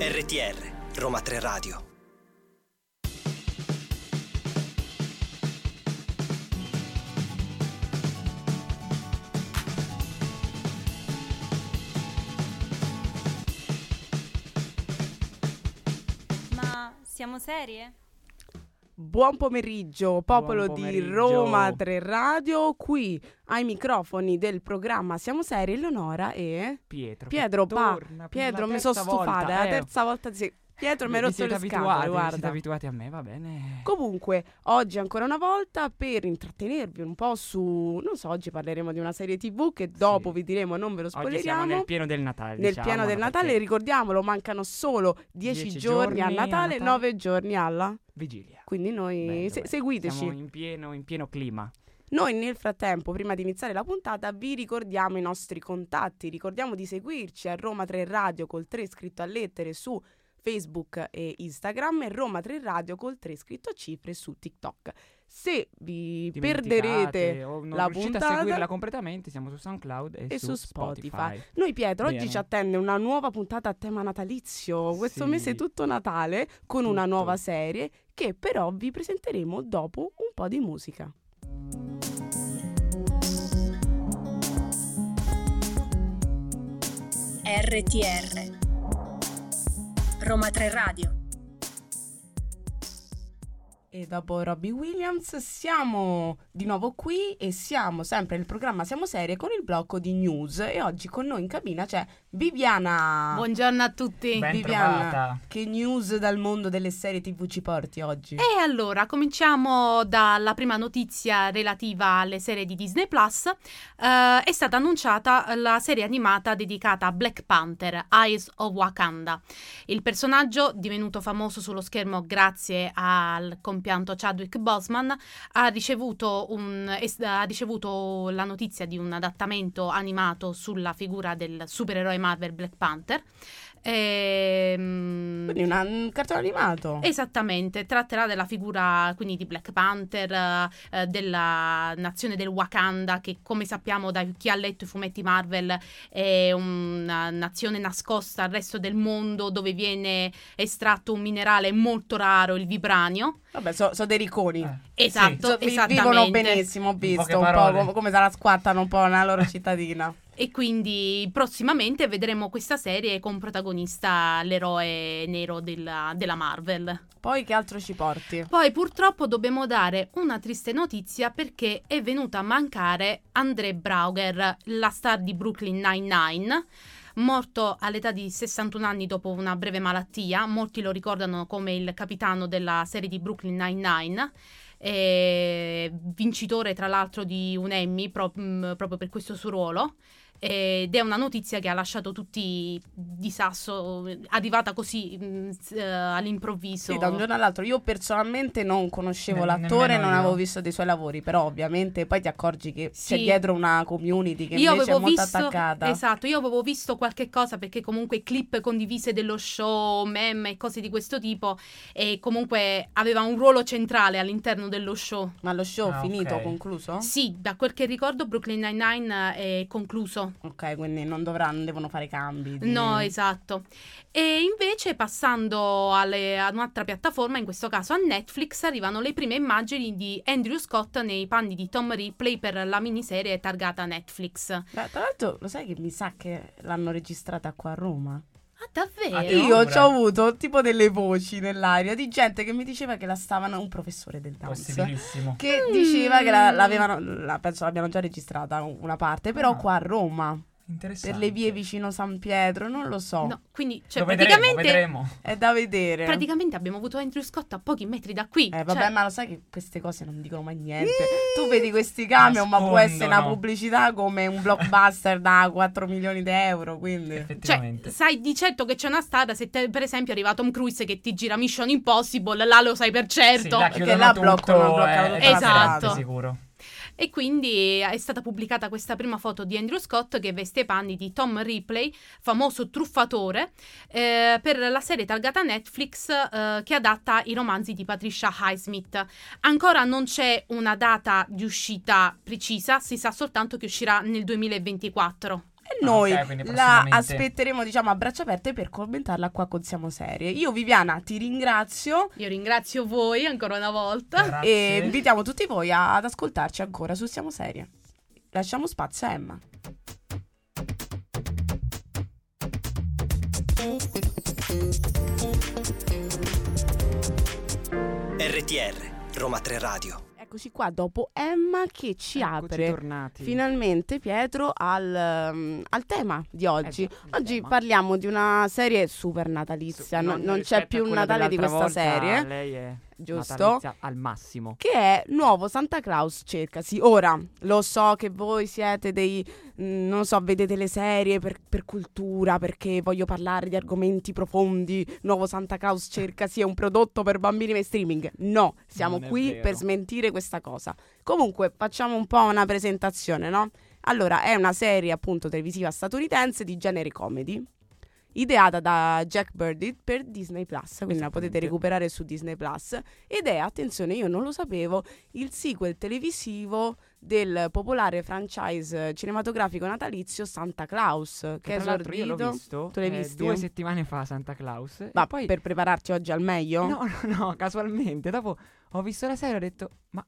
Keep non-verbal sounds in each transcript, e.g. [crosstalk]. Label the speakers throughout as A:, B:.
A: RTR Roma 3 Radio.
B: Ma siamo serie?
C: Buon pomeriggio, popolo
D: Buon
C: di
D: pomeriggio.
C: Roma 3 Radio, qui ai microfoni del programma Siamo Seri, Eleonora e
D: Pietro. che
C: Pietro. pa-
D: torna per
C: Pietro,
D: la
C: mi sono
D: terza
C: stufata,
D: volta,
C: è
D: eh.
C: la terza volta. Sì. Pietro mi ha
D: Vi- vi
C: rotto
D: siete
C: le
D: abituati,
C: scatole,
D: vi Siete
C: guarda.
D: abituati a me, va bene.
C: Comunque, oggi ancora una volta per intrattenervi un po' su. Non so, oggi parleremo di una serie TV che dopo vi diremo, non ve lo
D: Oggi siamo
C: spoileriamo.
D: nel pieno del Natale.
C: Nel
D: diciamolo,
C: piano del Natale,
D: perché
C: ricordiamolo, mancano solo 10
D: Dieci
C: giorni, al
D: giorni a
C: Natale,
D: Natale.
C: 9 giorni alla.
D: Vigilia.
C: Quindi noi
D: Bello,
C: se-
D: bello.
C: seguiteci.
D: Siamo in pieno, in pieno clima.
C: Noi nel frattempo, prima di iniziare la puntata, vi ricordiamo i nostri contatti, ricordiamo di seguirci a Roma 3 Radio col 3 scritto a lettere su Facebook e Instagram e Roma 3 Radio col 3 scritto a cifre su TikTok. Se vi perderete...
D: Dimenticate, o non
C: la
D: riuscite
C: puntata-
D: a seguirla completamente, siamo su SoundCloud e,
C: E su Spotify.
D: Spotify.
C: Noi Pietro, oggi
D: Bene.
C: ci attende una nuova puntata a tema natalizio, questo
D: Sì.
C: mese è tutto Natale, con una
D: Tutto.
C: nuova serie che però vi presenteremo dopo un po' di musica.
B: RTR Roma 3 Radio.
C: E dopo Robbie Williams siamo di nuovo qui e siamo sempre nel programma Siamo Serie con il blocco di news e oggi con noi in cabina c'è Viviana.
E: Buongiorno a tutti.
F: Ben
C: Viviana.
F: trovata.
C: Che news dal mondo delle serie TV ci porti oggi?
E: E allora, cominciamo dalla prima notizia relativa alle serie di Disney Plus. Eh, è stata annunciata la serie animata dedicata a Black Panther, Eyes of Wakanda. Il personaggio, divenuto famoso sullo schermo grazie al compianto Chadwick Boseman, ha ricevuto, un- es- ha ricevuto la notizia di un adattamento animato sulla figura del supereroe Marvel Black Panther. Ehm,
C: Quindi una- un cartone animato.
E: Esattamente, tratterà della figura quindi di Black Panther, eh, eh, della nazione del Wakanda, che come sappiamo da chi ha letto i fumetti Marvel è una nazione nascosta al resto del mondo dove viene estratto un minerale molto raro, il vibranio.
C: Vabbè, so, so dei riconi.
E: Esatto,
C: So- Cioè, vi-
E: esattamente.
C: vivono benissimo, ho
F: Eh. poche
C: visto un po'
F: parole.
C: come, come se la squattano un po' nella loro cittadina.
E: E quindi prossimamente vedremo questa serie con protagonista l'eroe nero della- della Marvel.
C: Poi che altro ci porti?
E: Poi purtroppo dobbiamo dare una triste notizia perché è venuta a mancare André Brauger, la star di Brooklyn Nine-Nine. Morto all'età di 61 anni dopo una breve malattia, molti lo ricordano come il capitano della serie di Brooklyn Nine-Nine, eh, vincitore tra l'altro di un Emmy pro- mh, proprio per questo suo ruolo. Ed è una notizia che ha lasciato tutti di sasso, eh, arrivata così mh, s- eh, all'improvviso.
C: Sì, da un giorno all'altro. Io personalmente non conoscevo
F: Ne-
C: l'attore,
F: nemmeno
C: non
F: io.
C: avevo visto dei suoi lavori, però ovviamente poi ti accorgi che c'è
E: Sì.
C: dietro una community che
E: io
C: invece
E: avevo
C: è molto
E: visto,
C: attaccata.
E: Esatto, io avevo visto qualche cosa perché comunque clip condivise dello show, meme e cose di questo tipo e comunque aveva un ruolo centrale all'interno dello show.
C: Ma lo show
F: Ah,
C: finito,
F: ok.
C: concluso?
E: Sì, da quel che ricordo Brooklyn Nine-Nine è concluso.
C: Ok, quindi non dovranno, non devono fare cambi. di-
E: No, esatto. E invece passando alle- ad un'altra piattaforma, in questo caso a Netflix, arrivano le prime immagini di Andrew Scott nei panni di Tom Ripley per la miniserie targata Netflix. Ah,
C: Beh, tra l'altro, lo sai che mi sa che l'hanno registrata qua a Roma?
E: davvero?
F: Ah,
C: Io
F: paura.
C: ci ho avuto tipo delle voci nell'aria di gente che mi diceva che la stavano un professore del dance.
F: Possibilissimo.
C: Che
E: Mm.
C: diceva che la- l'avevano, la- penso l'abbiano già registrata una parte, però
F: Ah.
C: qua a Roma,
F: Interessante.
C: per le vie vicino San Pietro, non lo so.
E: No, quindi cioè,
F: Lo vedremo,
E: praticamente,
F: vedremo.
C: È da vedere.
E: praticamente abbiamo avuto Andrew Scott a pochi metri da qui.
C: Eh, vabbè,
E: cioè,
C: ma lo sai che queste cose non dicono mai niente. Tu vedi questi camion, ma può
F: Nascondono.
C: essere una pubblicità come un blockbuster da 4 milioni di euro. Quindi.
E: cioè,
F: Effettivamente.
E: sai di certo che c'è una strada se te- per esempio arriva Tom Cruise che ti gira Mission Impossible, là lo sai per certo.
F: Sì, là
C: Perché
F: chiudono
C: là
F: tutto,
C: bloccano-
F: eh,
C: bloccano
F: è
E: tutta la
F: differente,
C: strada.
F: sicuro.
E: E quindi è stata pubblicata questa prima foto di Andrew Scott che veste i panni di Tom Ripley, famoso truffatore, eh, per la serie targata Netflix eh, che adatta i romanzi di Patricia Highsmith. Ancora non c'è una data di uscita precisa, si sa soltanto che uscirà nel 2024.
C: E noi
F: Ah, ok, quindi
C: la
F: prossimamente.
C: aspetteremo, diciamo, a braccia aperte per commentarla qua con Siamo Serie. Io, Viviana, ti ringrazio.
E: Io ringrazio voi ancora una volta.
F: Grazie.
C: E invitiamo tutti voi a- ad ascoltarci ancora su Siamo Serie. Lasciamo spazio a Emma.
A: RTR Roma 3 Radio.
C: Eccoci qua dopo Emma che ci
D: Eccoci
C: apre
D: tornati.
C: finalmente Pietro al, um, al tema di oggi.
D: Esatto, il
C: oggi
D: tema.
C: parliamo di una serie super natalizia, no- non, c'è più un Natale di questa serie,
D: Lei è
C: giusto?
D: natalizia al massimo.
C: Che è Nuovo Santa Claus Cercasi. Ora, lo so che voi siete dei, mm, non so, vedete le serie per, per cultura, perché voglio parlare di argomenti profondi. Nuovo Santa Claus Cercasi è un prodotto per bambini per streaming. No, siamo
D: Non è
C: qui
D: vero.
C: per smentire questa cosa. Comunque, facciamo un po' una presentazione, no? Allora, è una serie appunto televisiva statunitense di genere comedy, ideata da Jack Bird per Disney Plus, quindi la potete
D: Esattamente.
C: recuperare su Disney Plus. Ed è, attenzione, io non lo sapevo, il sequel televisivo del popolare franchise cinematografico natalizio Santa Claus, che,
D: Che
C: è
D: tra l'altro io l'ho
C: esordito.
D: visto
C: Tu l'hai
D: eh,
C: visto?
D: due settimane fa a Santa Claus. e
C: Ma
D: poi
C: per prepararti oggi al meglio?
D: No, [laughs] no, no, casualmente. Dopo ho visto la serie e ho detto, ma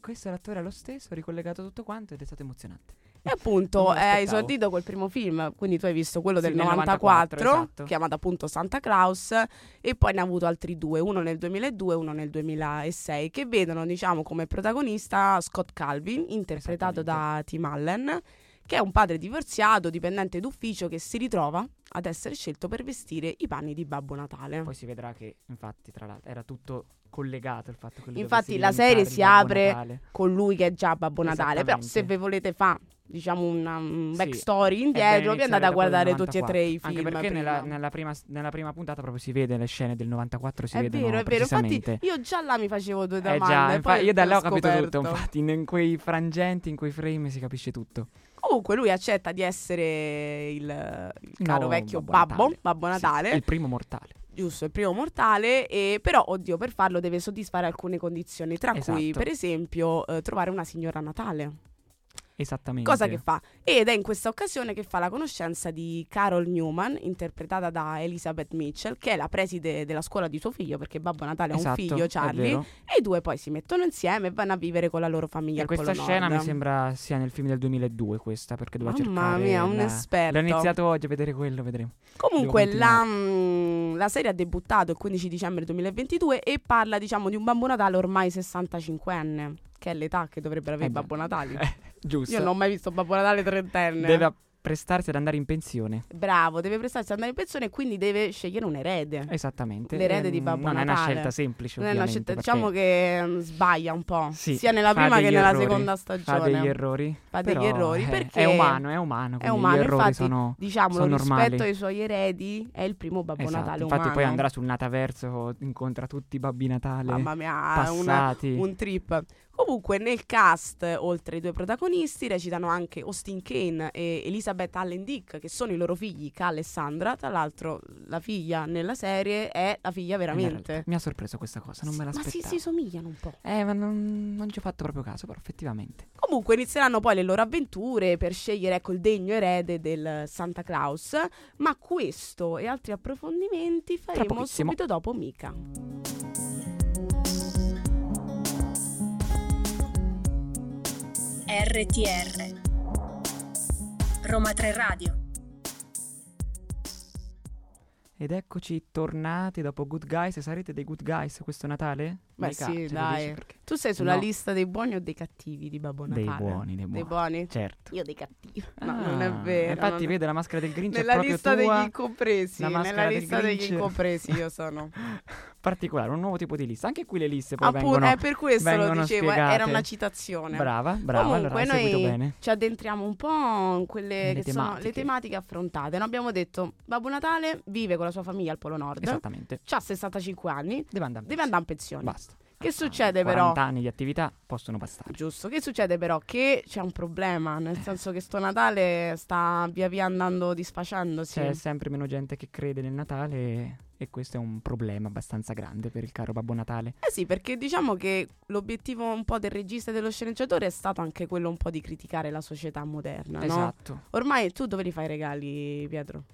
D: questo l'attore è lo stesso, ho ricollegato tutto quanto ed è stato emozionante.
C: E
D: Non
C: appunto è
D: me l'aspettavo.
C: esordito col primo film, quindi tu hai visto quello
D: Sì,
C: del
D: nel
C: 94,
D: 94, esatto.
C: chiamato appunto Santa Claus, e poi ne ha avuto altri due, uno nel 2002 e uno nel 2006, che vedono diciamo come protagonista Scott Calvin, interpretato da Tim Allen, che è un padre divorziato, dipendente d'ufficio, che si ritrova ad essere scelto per vestire i panni di Babbo Natale.
D: Poi si vedrà che, infatti, tra l'altro, era tutto collegato il fatto che lui
C: Infatti
D: dovesse
C: la serie
D: diventare
C: si
D: il Babbo
C: apre
D: Natale.
C: con lui che è già Babbo Natale. Però se
D: Esattamente.
C: vi volete fare diciamo una- un
D: Sì,
C: backstory
D: È
C: indietro,
D: bene
C: vi andate a
D: iniziare da quello
C: guardare
D: del
C: tutti e tre i
D: 94,
C: film.
D: Anche perché nella,
C: prima.
D: nella prima, nella prima puntata proprio si vede le scene del 94, si
C: è
D: vedono
C: vero, è vero.
D: precisamente.
C: Infatti, io già là mi facevo due
D: Eh
C: domande.
D: già,
C: poi
D: infa- io da là ho
C: l'ho
D: capito tutto,
C: scoperto.
D: infatti, in, in quei frangenti, in quei frame si capisce tutto.
C: Comunque, lui accetta di essere il, il
D: Il
C: caro
D: nuovo
C: vecchio
D: Babbo
C: babbo, Babbo
D: Natale. Sì,
C: Natale,
D: il primo mortale.
C: giusto, il primo mortale. E, però, oddio, per farlo deve soddisfare alcune condizioni, tra cui,
D: Esatto.
C: per esempio, eh, trovare una signora Natale.
D: Esattamente.
C: Cosa che fa? Ed è in questa occasione che fa la conoscenza di Carol Newman, interpretata da Elizabeth Mitchell, che è la preside della scuola di suo figlio, perché Babbo Natale ha un
D: Esatto,
C: figlio,
D: è
C: Charlie,
D: vero.
C: e i due poi si mettono insieme e vanno a vivere con la loro famiglia
D: E
C: al
D: questa
C: Polo
D: scena
C: Nord.
D: mi sembra sia nel film del 2002 questa, perché devo
C: Mamma
D: cercare...
C: mia, un
D: la-
C: esperto.
D: L'ho iniziato oggi a vedere quello, vedremo.
C: Comunque
D: Devo
C: la, mm, la serie ha debuttato il 15 dicembre 2022 e parla diciamo di un Babbo Natale ormai 65enne, che è l'età che dovrebbero avere i
D: Eh beh.
C: Babbo Natale.
D: [laughs] Giusto.
C: Io non ho mai visto Babbo Natale trentenne.
D: Deve prestarsi ad andare in pensione.
C: Bravo, deve prestarsi ad andare in pensione e quindi deve scegliere un erede.
D: Esattamente.
C: L'erede
D: Eh,
C: di Babbo
D: non è una
C: Natale.
D: scelta semplice,
C: Non è una
D: ovviamente,
C: scelta,
D: perché
C: diciamo che mm, sbaglia un po',
D: Sì,
C: sia nella
D: fa
C: prima che
D: degli
C: nella
D: errori,
C: seconda
D: Fa
C: stagione.
D: degli errori.
C: Fa degli
D: però
C: errori,
D: è-
C: perché
D: È umano, è umano.
C: È
D: quindi
C: umano,
D: gli errori
C: infatti,
D: sono...
C: diciamolo,
D: sono
C: rispetto
D: normali.
C: ai suoi eredi, è il primo Babbo
D: Esatto,
C: Natale
D: Infatti
C: umano.
D: poi andrà sul Nataverso, incontra tutti i Babbi Natale
C: Mamma mia, è una-
D: passati.
C: un trip. Comunque nel cast, oltre ai due protagonisti, recitano anche Austin Kane e Elizabeth Allen Dick, che sono i loro figli, Cal e Sandra. Tra l'altro la figlia nella serie è la figlia
D: In realtà,
C: veramente.
D: Mi ha sorpreso questa cosa, non me
C: Sì,
D: l'aspettavo.
C: Ma si, si somigliano un po'.
D: Eh, ma non, non ci ho fatto proprio caso, però effettivamente.
C: Comunque inizieranno poi le loro avventure per scegliere ecco, il degno erede del Santa Claus, ma questo e altri approfondimenti faremo
D: pochissimo.
C: subito dopo Mica.
B: RTR Roma 3 Radio
D: Ed eccoci tornati dopo Good Guys. Sarete dei Good Guys questo Natale?
C: Beh,
D: Mica,
C: sì,
D: ce lo dici
C: dai.
D: perché-
C: Tu sei sulla
D: No.
C: lista dei buoni o dei cattivi di Babbo
D: Dei
C: Natale?
D: buoni, dei
C: Dei
D: buoni.
C: buoni?
D: Certo.
C: Io dei cattivi. No,
D: Ah,
C: non è vero.
D: Infatti,
C: non-
D: vede la maschera del Grinch è
C: Nella
D: proprio
C: lista
D: tua.
C: degli incompresi,
D: la maschera
C: nella
D: del
C: lista degli
D: Grinch.
C: incompresi io sono.
D: [laughs] Particolare, un nuovo tipo di lista. Anche qui le liste poi
C: Appunto,
D: vengono
C: è per questo lo
D: vengono
C: dicevo, eh, era
D: spiegate.
C: una citazione.
D: Brava, brava,
C: Comunque
D: allora hai seguito
C: noi
D: bene.
C: ci addentriamo un po' in quelle
D: Nelle
C: che sono le
D: tematiche.
C: tematiche affrontate. No? Abbiamo detto Babbo Natale vive con la sua famiglia al Polo Nord,
D: Esattamente.
C: ha 65 anni,
D: Deve andare. a
C: deve
D: messa.
C: andare in pensione.
D: Esatto. Basta.
C: Che succede
D: 40
C: però?
D: anni di attività possono bastare.
C: Giusto, che succede però? Che c'è un problema, nel senso che sto Natale sta via via andando disfacendosi.
D: C'è sempre meno gente che crede nel Natale e questo è un problema abbastanza grande per il caro Babbo Natale.
C: Eh sì, perché diciamo che l'obiettivo un po' del regista e dello sceneggiatore è stato anche quello un po' di criticare la società moderna, no?
D: Esatto.
C: Ormai tu dove li fai i regali, Pietro?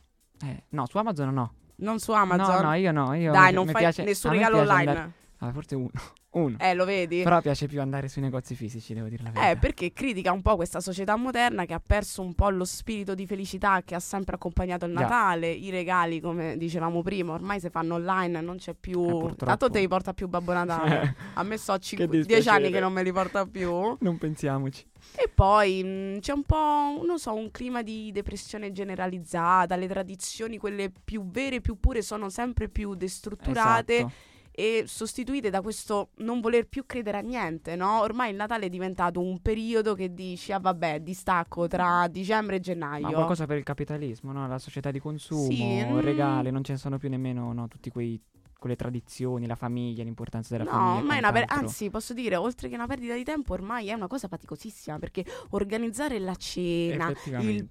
D: Eh, no, su Amazon no.
C: Non su Amazon?
D: No, no, io no. Io
C: Dai,
D: mi-
C: non
D: mi
C: fai
D: piace-
C: nessun
D: a me
C: regalo
D: piace
C: online.
D: andare- Ah, forse uno. [laughs] uno.
C: Eh, lo vedi?
D: Però piace più andare sui negozi fisici, devo dire la verità.
C: Eh, perché critica un po' questa società moderna che ha perso un po' lo spirito di felicità che ha sempre accompagnato il
D: Già.
C: Natale. I regali, come dicevamo prima, ormai si fanno online, non c'è più.
D: Eh, purtroppo.
C: Tanto te li porta più Babbo Natale.
D: [laughs]
C: A me so 10
D: dispiacere.
C: anni che non me li porta più.
D: Non pensiamoci.
C: E poi mh, c'è un po', non so, un clima di depressione generalizzata. Le tradizioni, quelle più vere e più pure, sono sempre più destrutturate
D: Esatto.
C: e sostituite da questo non voler più credere a niente, no? Ormai il Natale è diventato un periodo che dici, ah vabbè, distacco tra dicembre e gennaio.
D: Ma qualcosa per il capitalismo, no? La società di consumo,
C: Sì, mm.
D: regali, non ce ne sono più nemmeno no? tutti quei quelle tradizioni, la famiglia, l'importanza della famiglia.
C: No,
D: e
C: ormai è una per-
D: quant'altro.
C: anzi, posso dire, oltre che una perdita di tempo, ormai è una cosa faticosissima perché organizzare la cena, il
D: Effettivamente. Cioè, la vigilia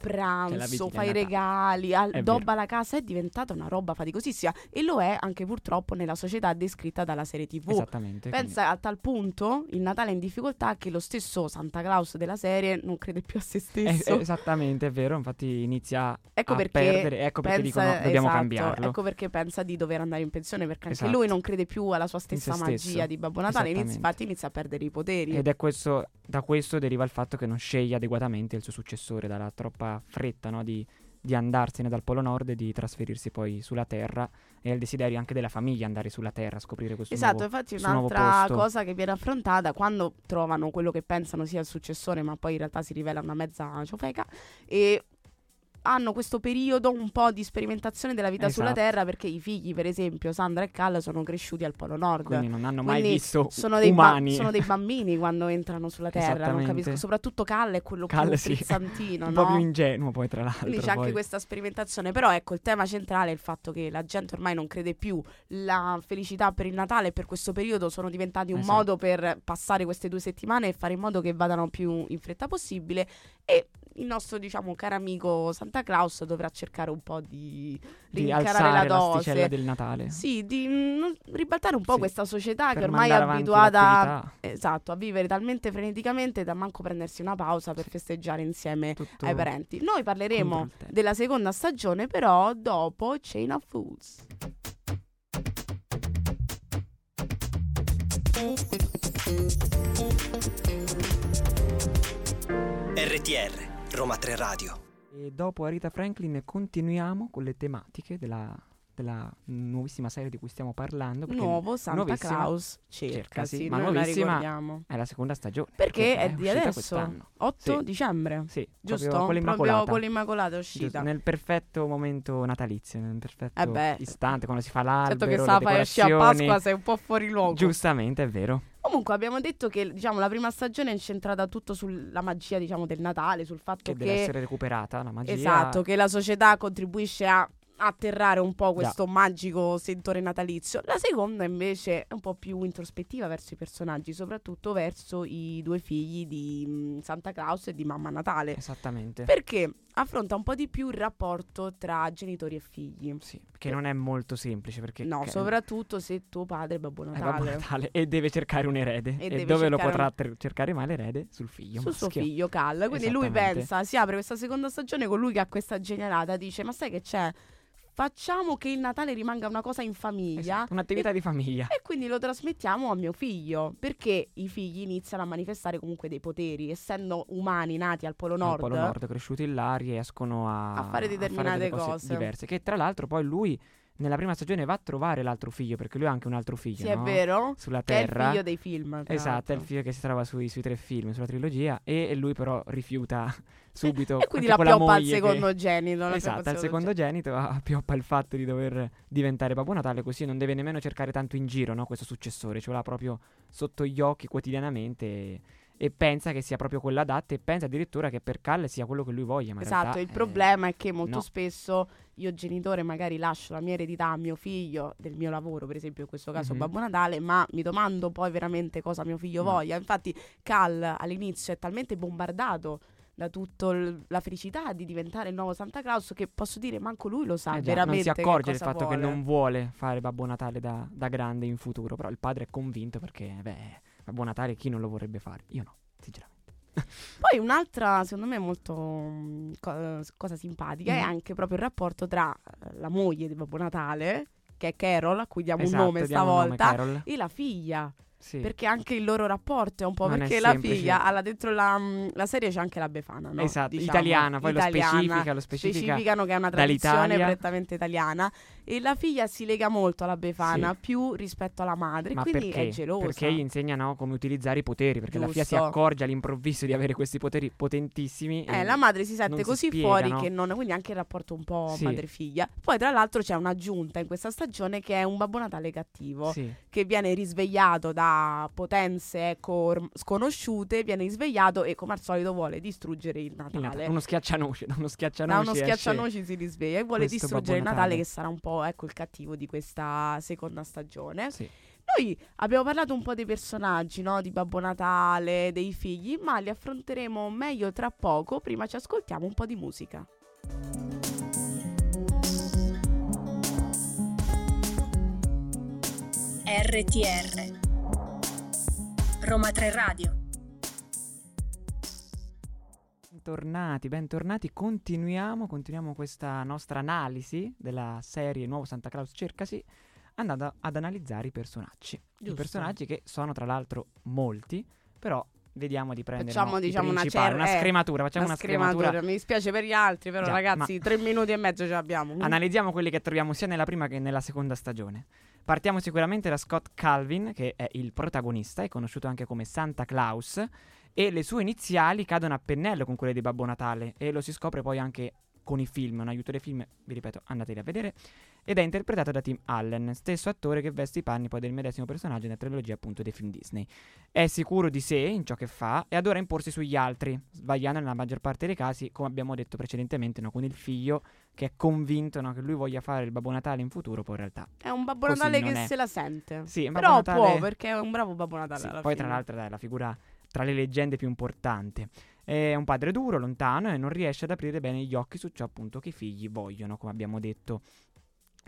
C: pranzo, fai i
D: Natale.
C: regali, al-
D: È
C: dobba la casa è diventata una roba faticosissima e lo è anche purtroppo nella società descritta dalla serie TV.
D: Esatto. Esattamente. quindi-
C: boh, Pensa a tal punto il Natale è in difficoltà che lo stesso Santa Claus della serie non crede più a se
D: Eh,
C: stesso.
D: eh, esattamente, è vero, infatti inizia
C: ecco
D: a
C: perché
D: perdere, ecco perché
C: pensa-
D: dicono dobbiamo
C: esatto,
D: cambiarlo.
C: Ecco perché pensa di dover andare in pensione perché anche
D: Esatto.
C: lui non crede più alla sua stessa
D: se
C: magia
D: stesso.
C: di Babbo Natale, inizia-
D: Esattamente.
C: infatti inizia a perdere i poteri.
D: Ed è questo, da questo deriva il fatto che non sceglie adeguatamente il suo successore, dalla troppa fretta no, di, di andarsene dal Polo Nord e di trasferirsi poi sulla Terra e il desiderio anche della famiglia andare sulla Terra, scoprire questo
C: Esatto,
D: nuovo...
C: infatti
D: sul nuovo
C: un'altra
D: posto.
C: cosa che viene affrontata quando trovano quello che pensano sia il successore, ma poi in realtà si rivela una mezza ciofeca e hanno questo periodo un po' di sperimentazione della vita sulla
D: Esatto.
C: Terra perché i figli, per esempio, Sandra e Cal sono cresciuti al Polo Nord.
D: Quindi non hanno mai
C: Quindi
D: visto
C: sono dei, ba-
D: umani. [laughs]
C: sono dei bambini quando entrano sulla Terra, non
D: Esattamente.
C: capisco. Soprattutto Cal è quello
D: Cal,
C: più
D: sì.
C: frizzantino,
D: Un
C: no?
D: po' più ingenuo poi tra l'altro.
C: Quindi c'è anche
D: poi.
C: questa sperimentazione, però ecco il tema centrale è il fatto che la gente ormai non crede più la felicità per il Natale e per questo periodo sono diventati un
D: Esatto.
C: modo per passare queste due settimane e fare in modo che vadano più in fretta possibile e il nostro diciamo caro amico Santa Claus dovrà cercare un po' di
D: di
C: rincarare
D: alzare
C: la
D: l'asticella
C: dose.
D: del Natale.
C: Sì, di mm, non- ribaltare un po'
D: Sì,
C: questa società che
D: per
C: ormai è
D: mandare avanti
C: abituata
D: l'attività,
C: esatto, a vivere talmente freneticamente da manco prendersi una pausa per festeggiare insieme
D: tutto
C: ai parenti. Noi
D: contro
C: parleremo
D: il tempo.
C: della seconda stagione, però dopo Chain of Foods.
A: RTR Roma 3 Radio.
D: E dopo Arita Franklin continuiamo con le tematiche della, della nuovissima serie di cui stiamo parlando. perché
C: Nuovo Santa
D: nuovissima.
C: Claus cercasi,
D: Cercasi, ma
C: noi la
D: nuovissima.
C: ricordiamo.
D: È la seconda stagione.
C: Perché
D: che
C: è di
D: uscita
C: adesso,
D: quest'anno.
C: 8
D: Sì.
C: dicembre,
D: Sì,
C: giusto?
D: Proprio con l'Immacolata.
C: Proprio con l'Immacolata è
D: Giusto,
C: uscita.
D: nel perfetto momento natalizio, nel perfetto
C: Eh beh.
D: istante, quando si fa l'albero,
C: Certo che
D: le
C: sta a uscire a
D: decorazioni.
C: Pasqua sei un po' fuori luogo.
D: Giustamente, è vero.
C: Comunque abbiamo detto che diciamo, la prima stagione è incentrata tutto sulla magia diciamo, del Natale, sul fatto
D: Che
C: che...
D: deve essere recuperata la magia.
C: Esatto, che la società contribuisce a atterrare un po' questo magico settore natalizio. La seconda invece è un po' più introspettiva verso i personaggi, soprattutto verso i due figli di mm, Santa Claus e di Mamma
D: Eh
C: Natale.
D: Esattamente.
C: Perché affronta un po' di più il rapporto tra genitori e figli.
D: Sì, che non è molto semplice perché
C: No,
D: che-
C: soprattutto se tuo padre è Babbo
D: è Babbo
C: Natale.
D: Natale e deve cercare un erede.
C: E
D: E,
C: deve
D: dove lo
C: cercare
D: potrà
C: un-
D: ter- cercare mai l'erede? Sul figlio
C: Sul suo
D: maschio.
C: figlio Cal. Quindi lui
D: Esattamente.
C: pensa, si apre questa seconda stagione con lui che ha questa genialata, dice ma sai che c'è? Facciamo che il Natale rimanga una cosa in famiglia
D: Esatto, un'attività di famiglia.
C: E quindi lo trasmettiamo a mio figlio, perché i figli iniziano a manifestare comunque dei poteri, essendo umani nati al Polo Nord.
D: Al Polo Nord, cresciuti là, riescono a,
C: A fare determinate
D: delle cose,
C: cose.
D: diverse. Che tra l'altro poi lui nella prima stagione va a trovare l'altro figlio, perché lui ha anche un altro figlio,
C: Sì, è
D: no?
C: vero?
D: Sulla
C: Che è il
D: Terra.
C: figlio dei film. tra
D: Esatto, è il
C: l'altro.
D: figlio che si trova sui, sui tre film, sulla trilogia, e, e lui però rifiuta [laughs] subito.
C: E quindi
D: anche
C: la
D: con la
C: pioppa al
D: moglie che-
C: secondogenito. la pioppa
D: Esatto, al
C: secondogenito.
D: secondogenito ah, [laughs] pioppa il fatto di dover diventare Babbo Natale, così non deve nemmeno cercare tanto in giro no, questo successore, ce l'ha proprio sotto gli occhi quotidianamente e, e pensa che sia proprio quella adatta e pensa addirittura che per Cal sia quello che lui voglia. Ma in
C: Esatto,
D: realtà,
C: il
D: eh,
C: problema è che molto
D: no.
C: spesso io genitore magari lascio la mia eredità a mio figlio del mio lavoro, per esempio in questo caso
D: Mhm.
C: Babbo Natale, ma mi domando poi veramente cosa mio figlio
D: Mm.
C: voglia. Infatti Cal all'inizio è talmente bombardato da tutta la felicità di diventare il nuovo Santa Claus che posso dire manco lui lo sa
D: eh già, non
C: veramente
D: si accorge del fatto che
C: vuole.
D: non vuole fare Babbo Natale da, da grande in futuro, però il padre è convinto perché, beh, Babbo Natale chi non lo vorrebbe fare? Io no, sinceramente.
C: Poi un'altra, secondo me, molto mm, co- cosa simpatica è
D: Mhm.
C: anche proprio il rapporto tra eh, la moglie di Babbo Natale, che è Carol, a cui diamo
D: Esatto,
C: un nome
D: diamo un nome,
C: stavolta,
D: Carol.
C: e la figlia,
D: Sì.
C: perché anche il loro rapporto è un po'
D: Non è
C: perché la
D: semplice.
C: figlia, alla, dentro la, mm, la serie c'è anche la Befana, no?
D: Esatto,
C: Diciamo,
D: italiana, poi lo
C: italiana,
D: specifica, lo specifica
C: specificano che è una
D: dall'Italia.
C: tradizione prettamente italiana e la figlia si lega molto alla Befana,
D: Sì.
C: più rispetto alla madre,
D: Ma
C: quindi
D: perché?
C: è gelosa.
D: Perché gli insegnano come utilizzare i poteri, perché la figlia si
C: Giusto.
D: accorge all'improvviso di avere questi poteri potentissimi.
C: Eh,
D: e-
C: la madre si
D: non
C: sente
D: si
C: così
D: spiega,
C: fuori
D: no?
C: che non. Quindi anche il rapporto un po'
D: Sì.
C: madre-figlia. Poi, tra l'altro, c'è un'aggiunta in questa stagione che è un Babbo Natale cattivo
D: Sì.
C: che viene risvegliato da potenze ecco, or- sconosciute. Viene risvegliato e, come al solito, vuole distruggere il
D: Il
C: Natale.
D: Natale. Uno schiaccianoce, [laughs] da uno
C: da
D: schiaccianoce
C: uno
D: esce-
C: schiaccianoci si risveglia e vuole
D: questo
C: distruggere il
D: Babbo
C: Natale,
D: Natale.
C: che sarà un po' ecco, il cattivo di questa seconda stagione.
D: Sì.
C: Noi abbiamo parlato un po' dei personaggi, no? di Babbo Natale, dei figli, ma li affronteremo meglio tra poco. Prima ci ascoltiamo un po' di musica.
B: RTR Roma 3 Radio
D: Bentornati, bentornati. Continuiamo, continuiamo questa nostra analisi della serie Nuovo Santa Claus Cercasi andando a- ad analizzare i personaggi. I
C: Giusto.
D: personaggi che sono tra l'altro molti, però vediamo di prendere
C: Facciamo,
D: no, i
C: diciamo, una
D: principali,
C: cer-
D: una
C: eh,
D: scrematura, facciamo una scrematura.
C: Mi dispiace per gli altri, però
D: Già,
C: ragazzi, tre minuti e mezzo ce l'abbiamo.
D: Analizziamo quelli che troviamo sia nella prima che nella seconda stagione. Partiamo sicuramente da Scott Calvin, che è il protagonista, è conosciuto anche come Santa Claus, e le sue iniziali cadono a pennello con quelle di Babbo Natale, e lo si scopre poi anche con i film, un aiuto dei film, vi ripeto, andateli a vedere, ed è interpretato da Tim Allen, stesso attore che veste i panni poi del medesimo personaggio nella trilogia appunto dei film Disney. È sicuro di sé in ciò che fa e adora imporsi sugli altri, sbagliando nella maggior parte dei casi, come abbiamo detto precedentemente, no, con il figlio che è convinto no, che lui voglia fare il Babbo Natale in futuro, poi in realtà.
C: È un Babbo
D: Così
C: Natale
D: non
C: che
D: è.
C: se la sente.
D: Sì, Babbo
C: però
D: Natale-
C: può, perché è un bravo Babbo Natale.
D: Sì,
C: alla
D: poi,
C: fine.
D: tra l'altro, dai, è la figura tra le leggende più importante. È un padre duro, lontano e non riesce ad aprire bene gli occhi su ciò appunto che i figli vogliono, come abbiamo detto.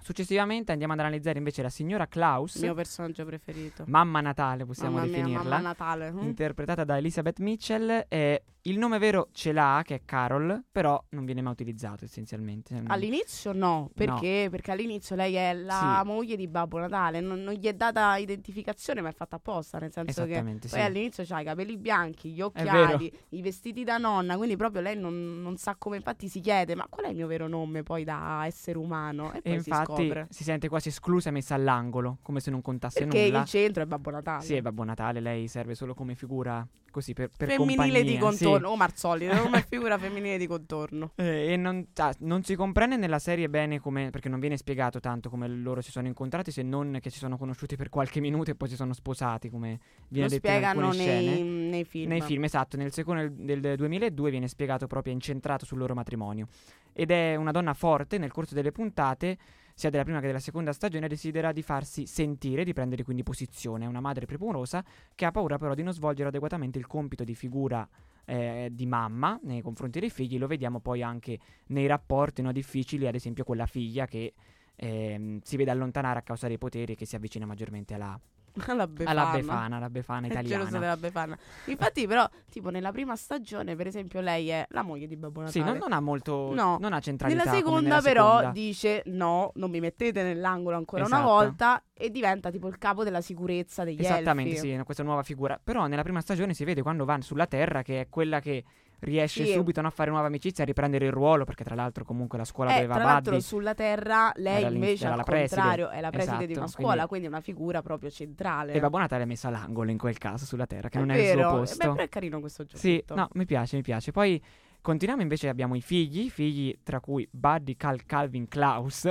D: Successivamente andiamo ad analizzare invece la signora Klaus,
C: Il mio personaggio preferito.
D: Mamma Natale possiamo
C: Mamma mia,
D: definirla,
C: Mamma Natale. mm?
D: interpretata da Elizabeth Mitchell. eh, il nome vero ce l'ha, che è Carol, però non viene mai utilizzato essenzialmente. Mm.
C: All'inizio no, perché? Perché all'inizio lei è la
D: Sì.
C: moglie di Babbo Natale, non, non gli è data identificazione ma è fatta apposta, nel senso che
D: Esattamente,
C: poi
D: sì.
C: all'inizio c'ha i capelli bianchi, gli
D: vero.
C: occhiali, i vestiti da nonna, quindi proprio lei non, non sa come, infatti si chiede ma qual è il mio vero nome poi da essere umano e
D: E
C: poi si
D: infatti
C: scopre.
D: si sente quasi esclusa e messa all'angolo, come se non contasse
C: Perché
D: nulla.
C: il centro è Babbo Natale.
D: Sì, è Babbo Natale, lei serve solo come figura così per, per
C: femminile di
D: compagnia, sì.
C: contorno, o
D: [laughs]
C: Marzoli, una figura femminile di contorno.
D: Eh, E non, ah, non si comprende nella serie bene come, perché non viene spiegato tanto come loro si sono incontrati, se non che si sono conosciuti per qualche minuto e poi si sono sposati, come viene
C: Lo
D: detto in
C: spiegano
D: alcune scene.
C: nei, nei film.
D: Nei film, esatto, nel secondo del del 2002 viene spiegato proprio, è incentrato sul loro matrimonio. Ed è una donna forte, nel corso delle puntate, sia della prima che della seconda stagione, desidera di farsi sentire, di prendere quindi posizione. È una madre premurosa che ha paura però di non svolgere adeguatamente il compito di figura eh, di mamma nei confronti dei figli. Lo vediamo poi anche nei rapporti no, difficili, ad esempio con la figlia che... ehm, si vede allontanare a causa dei poteri e che si avvicina maggiormente alla,
C: [laughs] Alla
D: alla
C: Befana.
D: Befana, alla
C: [laughs]
D: Befana
C: È
D: italiana.
C: gelosa della Befana. Infatti, però, tipo, nella prima stagione, per esempio, lei è la moglie di Babbo
D: Sì,
C: Natale.
D: non, non ha molto.
C: No.
D: Non ha centralità.
C: nella
D: come
C: seconda,
D: nella
C: però,
D: seconda.
C: dice: No, non mi mettete nell'angolo ancora una
D: Esatto.
C: volta. E diventa tipo il capo della sicurezza degli
D: Esattamente,
C: elfi.
D: sì, questa nuova figura. Però nella prima stagione si vede quando va sulla Terra che è quella che riesce
C: Sì.
D: subito no, a fare nuova amicizia, a riprendere il ruolo, perché tra l'altro comunque la scuola
C: Eh,
D: dove va
C: tra l'altro
D: Buddy
C: sulla Terra lei
D: Era l'in-
C: invece
D: era
C: al
D: la preside.
C: contrario è la preside di una
D: Esatto, quindi-
C: scuola, quindi è una figura proprio centrale.
D: e Babbo Natale è messa all'angolo in quel caso sulla Terra, che
C: È
D: non è il
C: vero.
D: suo
C: Eh,
D: posto.
C: beh, però è carino questo gioco.
D: Sì, no, mi piace, mi piace. Poi continuiamo invece, abbiamo i figli, figli tra cui Buddy, Cal, Calvin, Klaus.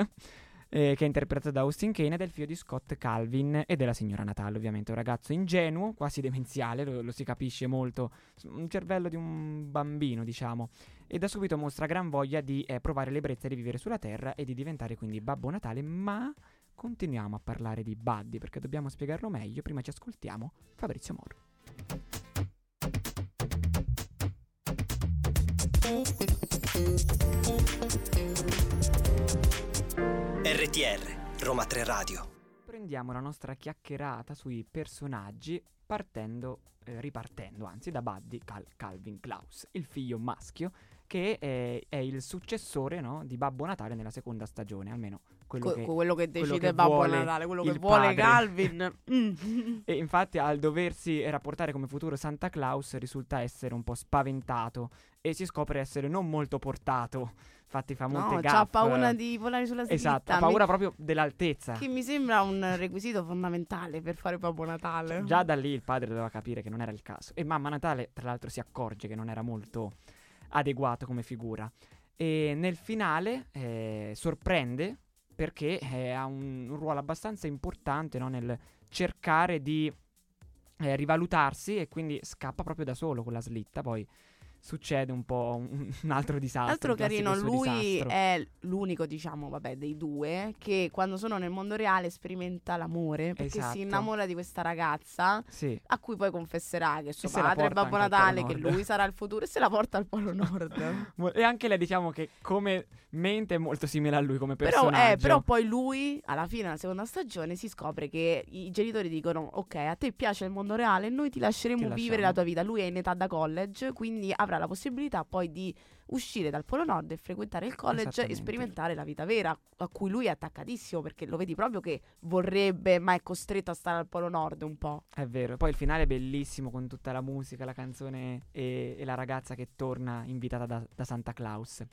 D: eh, che è interpretato da Austin Kane ed è il figlio di Scott Calvin e della signora Natale, ovviamente. Un ragazzo ingenuo, quasi demenziale, lo, lo si capisce molto. s- Un cervello di un bambino, diciamo. E da subito mostra gran voglia di eh, provare l'ebbrezza di vivere sulla Terra e di diventare quindi Babbo Natale, ma continuiamo a parlare di Buddy perché dobbiamo spiegarlo meglio. Prima ci ascoltiamo Fabrizio Moro.
A: RTR Roma 3 Radio.
D: Prendiamo la nostra chiacchierata sui personaggi partendo, eh, ripartendo anzi da Buddy Cal- Calvin Klaus, il figlio maschio che eh, è, il successore no, di Babbo Natale nella seconda stagione, almeno quello
C: Que-
D: che...
C: quello che decide
D: che
C: Babbo
D: vuole
C: Natale, quello che
D: il
C: vuole
D: padre. [laughs]
C: Calvin. Mm.
D: E infatti al doversi rapportare come futuro Santa Claus risulta essere un po' spaventato e si scopre essere non molto portato. Infatti fa molte
C: No,
D: gaffe.
C: ha paura di volare sulla slitta.
D: Esatto, ha
C: Mi-
D: paura proprio dell'altezza.
C: Che mi sembra un requisito fondamentale per fare Babbo Natale.
D: Già da lì il padre doveva capire che non era il caso. E Mamma Natale, tra l'altro, si accorge che non era molto adeguato come figura. E nel finale eh, sorprende perché eh, ha un, un ruolo abbastanza importante no, nel cercare di eh, rivalutarsi e quindi scappa proprio da solo con la slitta. Poi succede un po' un, un altro disastro.
C: Altro
D: il classico
C: carino,
D: suo
C: lui
D: disastro.
C: è l'unico, diciamo, vabbè, dei due che quando sono nel mondo reale sperimenta l'amore perché
D: Esatto.
C: si innamora di questa ragazza
D: Sì.
C: a cui poi confesserà che suo
D: se la
C: padre è
D: porta
C: Babbo
D: anche al Polo
C: Natale, che
D: Nord.
C: lui sarà il futuro e se la porta al
D: [laughs]
C: Polo Nord.
D: Mo- E anche lei, diciamo che come mente è molto simile a lui come
C: però,
D: personaggio.
C: eh, però poi lui, alla fine della seconda stagione, si scopre che i genitori dicono ok, a te piace il mondo reale, noi ti lasceremo
D: Ti
C: vivere
D: lasciamo."
C: la tua vita. Lui è in età da college, quindi avrà la possibilità poi di uscire dal Polo Nord e frequentare il college e
D: Esattamente.
C: sperimentare la vita vera, a cui lui è attaccatissimo perché lo vedi proprio che vorrebbe, ma è costretto a stare al Polo Nord un po'.
D: È vero, poi il finale è bellissimo con tutta la musica, la canzone e, e la ragazza che torna invitata da, da Santa Claus.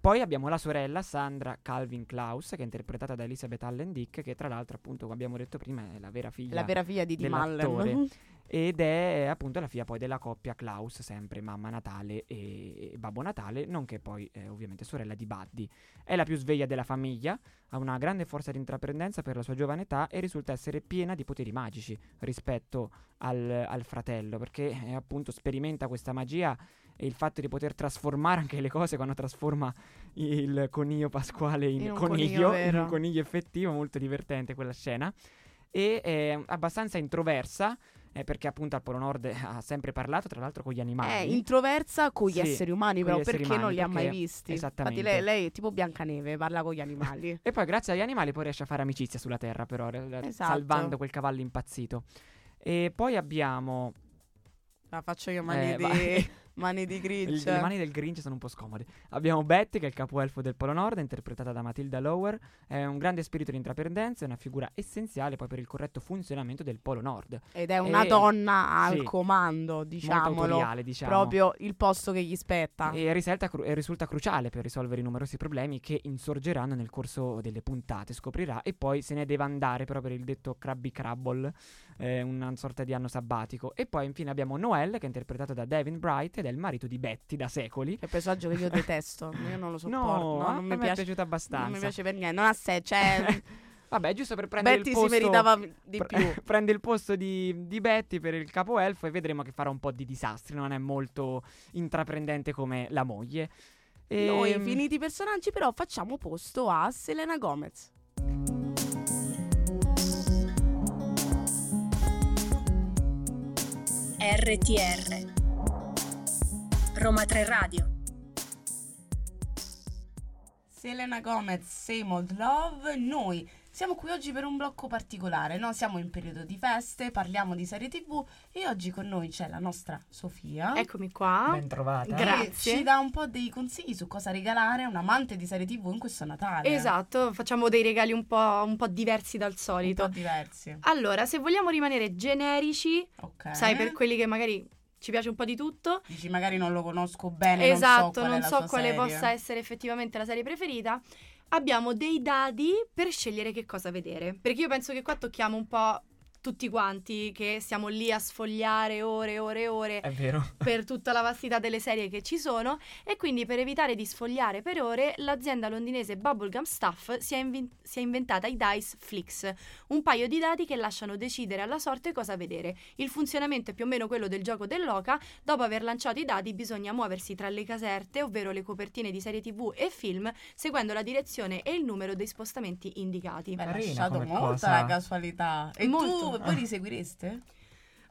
D: Poi abbiamo la sorella Sandra Calvin Klaus, che è interpretata da Elizabeth Allen Dick, che tra l'altro, appunto, come abbiamo detto prima, è la vera
C: È
D: figlia.
C: La vera figlia di Tim Allen.
D: dell'attore. ed è appunto la figlia poi della coppia Klaus, sempre mamma Natale e e babbo Natale, nonché poi eh, ovviamente sorella di Buddy. È la più sveglia della famiglia, ha una grande forza di intraprendenza per la sua giovane età e risulta essere piena di poteri magici rispetto al, al fratello, perché eh, appunto sperimenta questa magia e il fatto di poter trasformare anche le cose quando trasforma il coniglio pasquale in,
C: In un
D: coniglio,
C: coniglio
D: in
C: vero.
D: un coniglio effettivo, molto divertente quella scena. E è abbastanza introversa, eh, perché appunto al Polo Nord [laughs] ha sempre parlato, tra l'altro con gli animali.
C: [laughs] È introversa con gli
D: Sì,
C: esseri umani,
D: con
C: però
D: gli esseri
C: perché non
D: umani,
C: li ha mai
D: perché-
C: visti?
D: esattamente.
C: Infatti, lei, lei è tipo Biancaneve, parla con gli animali.
D: E poi grazie agli animali poi riesce a fare amicizia sulla Terra, però, re- re-
C: Esatto.
D: salvando quel cavallo impazzito. E poi abbiamo...
C: La faccio io
D: eh, va-
C: [laughs] mani di
D: Il- Le mani del Grinch sono un po' scomode. Abbiamo Betty, che è il capoelfo del Polo Nord, interpretata da Matilda Lower. È un grande spirito di intraprendenza, è una figura essenziale poi per il corretto funzionamento del Polo Nord.
C: Ed è una
D: Eh,
C: donna al
D: sì.
C: comando,
D: Molto
C: diciamolo.
D: autoriale, diciamo.
C: Proprio il posto che gli spetta.
D: E risulta, cru- e risulta cruciale per risolvere i numerosi problemi che insorgeranno nel corso delle puntate, scoprirà, e poi se ne deve andare proprio per il detto Krabby Crabble, eh, una sorta di anno sabbatico. E poi infine abbiamo Noel, che è interpretato da Devin Bright ed è il marito di Betty da secoli.
C: È un personaggio che io
D: [laughs]
C: detesto. Io non lo sopporto.
D: No, a-
C: non
D: a
C: mi
D: me è
C: piace.
D: piaciuto abbastanza.
C: Non mi piace per niente. Non ha sé. Cioè,
D: Vabbè, giusto per [laughs] prendere
C: Betty
D: il posto...
C: si
D: [laughs]
C: meritava di
D: pre-
C: più.
D: prende il posto di, di Betty per il capo elfo e vedremo che farà un po' di disastri. Non è molto intraprendente come la moglie. Ehm, E...
C: Noi, finiti i personaggi, però, facciamo posto a Selena Gomez.
B: RTR Roma 3 Radio
C: Selena Gomez, Same Old Love, noi siamo qui oggi per un blocco particolare, no? Siamo in periodo di feste, parliamo di serie tv e oggi con noi c'è la nostra Sofia.
F: Eccomi qua.
D: Ben trovata.
F: Gra-
C: che
F: Ah, grazie.
C: ci dà un po' dei consigli su cosa regalare a un amante di serie tv in questo Natale.
F: Esatto, facciamo dei regali un po', un po' diversi dal
C: Un po'
F: solito.
C: diversi.
F: Allora, se vogliamo rimanere generici,
C: Ok.
F: sai, per quelli che magari ci piace un po' di tutto,
C: Dici magari non lo conosco bene,
F: esatto,
C: Eh, non so qual è
F: non
C: la
F: so
C: sua
F: quale
C: serie.
F: possa essere effettivamente la serie preferita, abbiamo dei dadi per scegliere che cosa vedere. Perché io penso che qua tocchiamo un po' tutti quanti che siamo lì a sfogliare ore e ore e ore
D: È vero.
F: per tutta la vastità delle serie che ci sono e quindi per evitare di sfogliare per ore l'azienda londinese Bubblegum Stuff si è, invin- si è inventata i Dice Flix, un paio di dadi che lasciano decidere alla sorte cosa vedere. Il funzionamento è più o meno quello del gioco dell'oca, dopo aver lanciato i dadi bisogna muoversi tra le caserte, ovvero le copertine di serie tv e film, seguendo la direzione e il numero dei spostamenti indicati.
G: Mi ha
D: Carina
G: lasciato
D: come
G: molta
D: cosa.
G: la casualità. E
F: Molto.
G: tu poi li seguireste?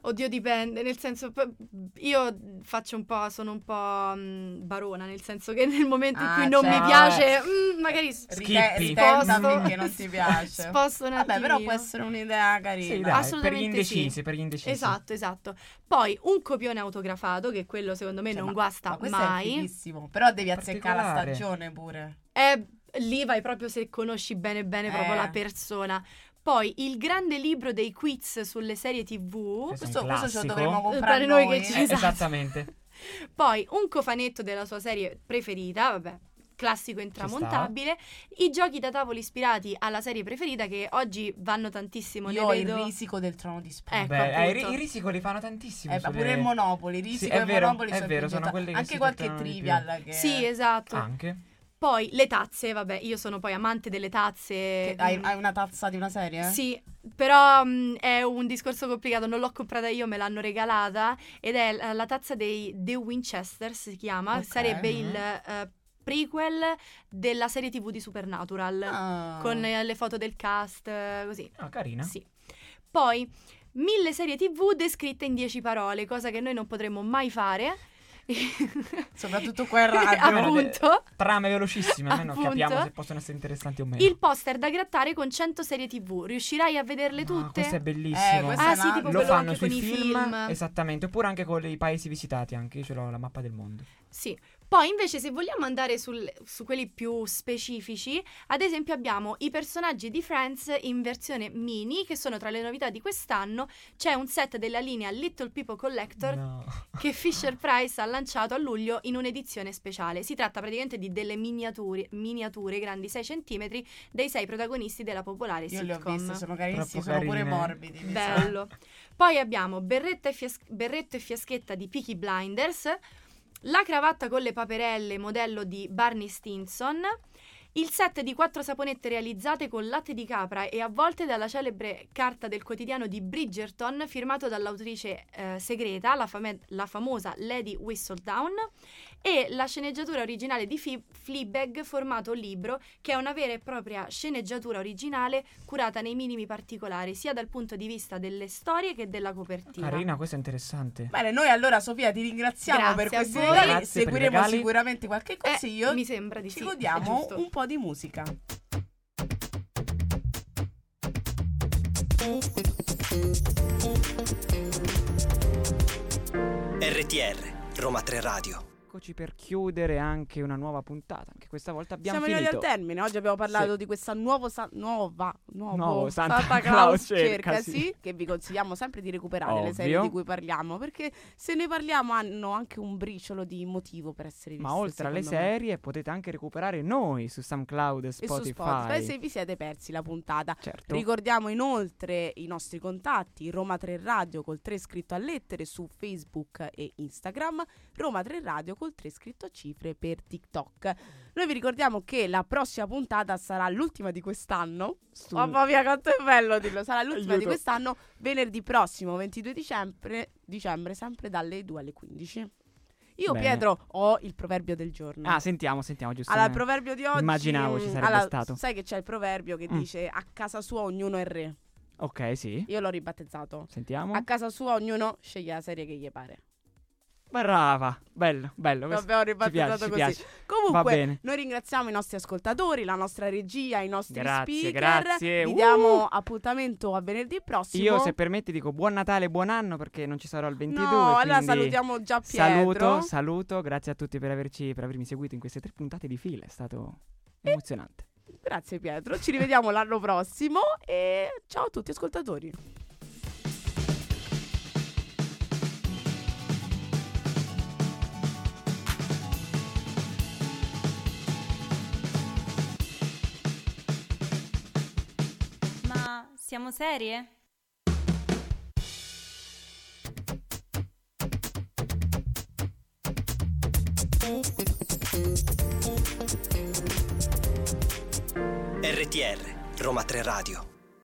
F: Oddio, dipende, nel senso p- io faccio un po', sono un po' mh, barona, nel senso che nel momento in
G: Ah,
F: cui non
G: certo.
F: mi piace, mm, magari s-
D: Skippi.
G: Rite-
F: Sposto.
G: Tentami che non ti piace.
F: sposto un
G: Vabbè, però può
F: attimino.
G: essere un'idea carina.
F: Ah,
D: Sì, dai, per gli
F: Assolutamente
D: indecisi,
F: sì.
D: per gli indecisi.
F: Esatto, esatto. Poi un copione autografato, che quello secondo me
G: Cioè,
F: non
G: ma-
F: guasta
G: ma questo è
F: mai.
G: fighissimo. Però devi azzeccare la
D: Particolare.
G: stagione pure.
F: Eh, lì vai proprio se conosci bene bene proprio
G: Eh.
F: la persona. Poi il grande libro dei quiz sulle serie TV.
D: Questo è
G: Questo, questo ce lo
D: un classico.
G: dovremmo comprare
F: Comprare noi che
D: Eh,
F: ci- esatto.
D: Esattamente.
F: Poi un cofanetto della sua serie preferita, vabbè, classico intramontabile. I giochi da tavolo ispirati alla serie preferita che oggi vanno tantissimo.
G: Io
F: ne
G: ho il
F: vedo.
G: risico del trono di Spagna.
F: [laughs] Ecco,
D: Beh, eh, i-
F: appunto.
D: i risico li fanno tantissimo.
G: Eh, ma
D: sulle-
G: pure il Monopoli, risico
D: è
G: e
D: vero,
G: Monopoli
D: è vero,
G: più
D: sono
G: gettati.
D: quelle che
G: Anche
D: si
G: qualche
D: gettano di più.
G: trivial che... Ah.
F: Sì, esatto.
D: Anche.
F: Poi le tazze, vabbè, io sono poi amante delle tazze.
G: Che eh. hai,
F: Mm.
G: hai una tazza di una serie?
F: Sì, però mm, è un discorso complicato, non l'ho comprata io, me l'hanno regalata ed è la, la tazza dei The Winchester, si chiama,
G: Ok. mm-hmm.
F: sarebbe il eh, prequel della serie TV di Supernatural,
G: Ah.
F: con eh, le foto del cast, eh, così.
D: Ah, carina.
F: Sì. Poi, mille serie TV descritte in dieci parole, cosa che noi non potremmo mai fare.
G: Soprattutto qua in radio.
F: Ah, Appunto.
D: Trame velocissime, almeno
F: Appunto.
D: capiamo se possono essere interessanti o meno.
F: Il poster da grattare con 100 serie TV, riuscirai a vederle
D: Ah,
F: tutte?
D: questo è bellissimo.
G: Eh, questo
F: Ah sì,
G: Lo
F: tipo
D: Lo
F: quello
D: fanno
F: anche
D: sui
F: con i
D: film,
F: film.
D: esattamente, oppure anche con i paesi visitati anche, io ce l'ho la mappa del mondo.
F: Sì. Poi invece se vogliamo andare sul- su quelli più specifici, ad esempio abbiamo i personaggi di Friends in versione mini che sono tra le novità di quest'anno. C'è un set della linea Little People Collector
D: No.
F: che Fisher Price ha lanciato a luglio in un'edizione speciale. Si tratta praticamente di delle miniature, miniature grandi 6 cm dei sei protagonisti della popolare
G: Io li ho
F: sitcom.
G: visti, sono carinissimi,
D: Troppo eh.
G: sono pure
D: carine.
G: morbidi. mi sa.
F: Bello. Poi abbiamo berretta e fias- berretto e fiaschetta di Peaky Blinders, la cravatta con le paperelle modello di Barney Stinson, il set di quattro saponette realizzate con latte di capra e avvolte dalla celebre carta del quotidiano di Bridgerton firmato dall'autrice eh, segreta, la, fame- la famosa Lady Whistledown, e la sceneggiatura originale di Fi- Fleabag formato libro, che è una vera e propria sceneggiatura originale curata nei minimi particolari, sia dal punto di vista delle storie che della copertina.
D: Carina, questo è interessante.
G: Bene, noi allora Sofia ti ringraziamo
F: Grazie
G: per
F: a
G: questi
F: voi.
G: regali,
D: Grazie per i
G: seguiremo
D: regali.
G: sicuramente qualche
F: Eh,
G: consiglio.
F: mi sembra di
G: Ci
F: sì.
G: godiamo
F: giusto.
G: un po' di musica.
A: RTR Roma 3 Radio.
D: Eccoci per chiudere anche una nuova puntata, anche questa volta abbiamo
C: Siamo arrivati
D: finito.
C: al termine. Oggi abbiamo parlato
D: Sì.
C: di questa nuovo sa- nuova nuovo
D: Nuovo Santa Claus
C: Claus
D: cerca,
C: cerca,
D: sì.
C: sì, che vi consigliamo sempre di recuperare le serie
D: Ovvio.
C: di cui parliamo, perché se ne parliamo hanno anche un briciolo di motivo per essere viste.
D: Ma oltre alle
C: secondo me.
D: serie potete anche recuperare noi su SoundCloud e
C: e su
D: Spotify.
C: Spotify se vi siete persi la puntata.
D: Certo.
C: Ricordiamo inoltre i nostri contatti Roma 3 Radio col 3 scritto a lettere su Facebook e Instagram, Roma 3 Radio col 3 scritto a cifre per TikTok. Noi vi ricordiamo che la prossima puntata sarà l'ultima di quest'anno.
D: Su-
C: Mamma mia, quanto è bello dirlo! Sarà l'ultima di
D: Aiuto.
C: quest'anno, venerdì prossimo, 22 dicembre, dicembre sempre dalle 2 alle 15. Io,
D: Bene.
C: Pietro, ho il proverbio del giorno.
D: Ah, sentiamo, sentiamo giusto.
C: Allora, il proverbio di oggi.
D: Immaginavo ci
C: mm,
D: sarebbe
C: allora,
D: stato.
C: Sai che c'è il proverbio che
D: Mm.
C: dice a casa sua ognuno è re.
D: Ok, sì.
C: Io l'ho ribattezzato.
D: Sentiamo.
C: A casa sua ognuno sceglie la serie che gli pare.
D: Brava. Bello, bello. questo-
C: L'abbiamo
D: Ci piace,
C: ribattezzato
D: ci
C: così.
D: piace. Va
C: Comunque,
D: bene.
C: noi ringraziamo i nostri ascoltatori, la nostra regia, i nostri
D: Grazie,
C: speaker.
D: grazie.
C: Vi
D: Uh!
C: diamo appuntamento a venerdì prossimo.
D: Io, se permetti, dico buon Natale e buon anno perché non ci sarò al 22.
C: No, allora
D: quindi
C: salutiamo già
D: Saluto,
C: Pietro.
D: saluto. Grazie a tutti per, averci, per avermi seguito in queste tre puntate di fila. È stato
C: Eh.
D: emozionante.
C: Grazie Pietro. Ci rivediamo l'anno prossimo e ciao a tutti ascoltatori.
H: Ma siamo serie?
A: RTR Roma 3 Radio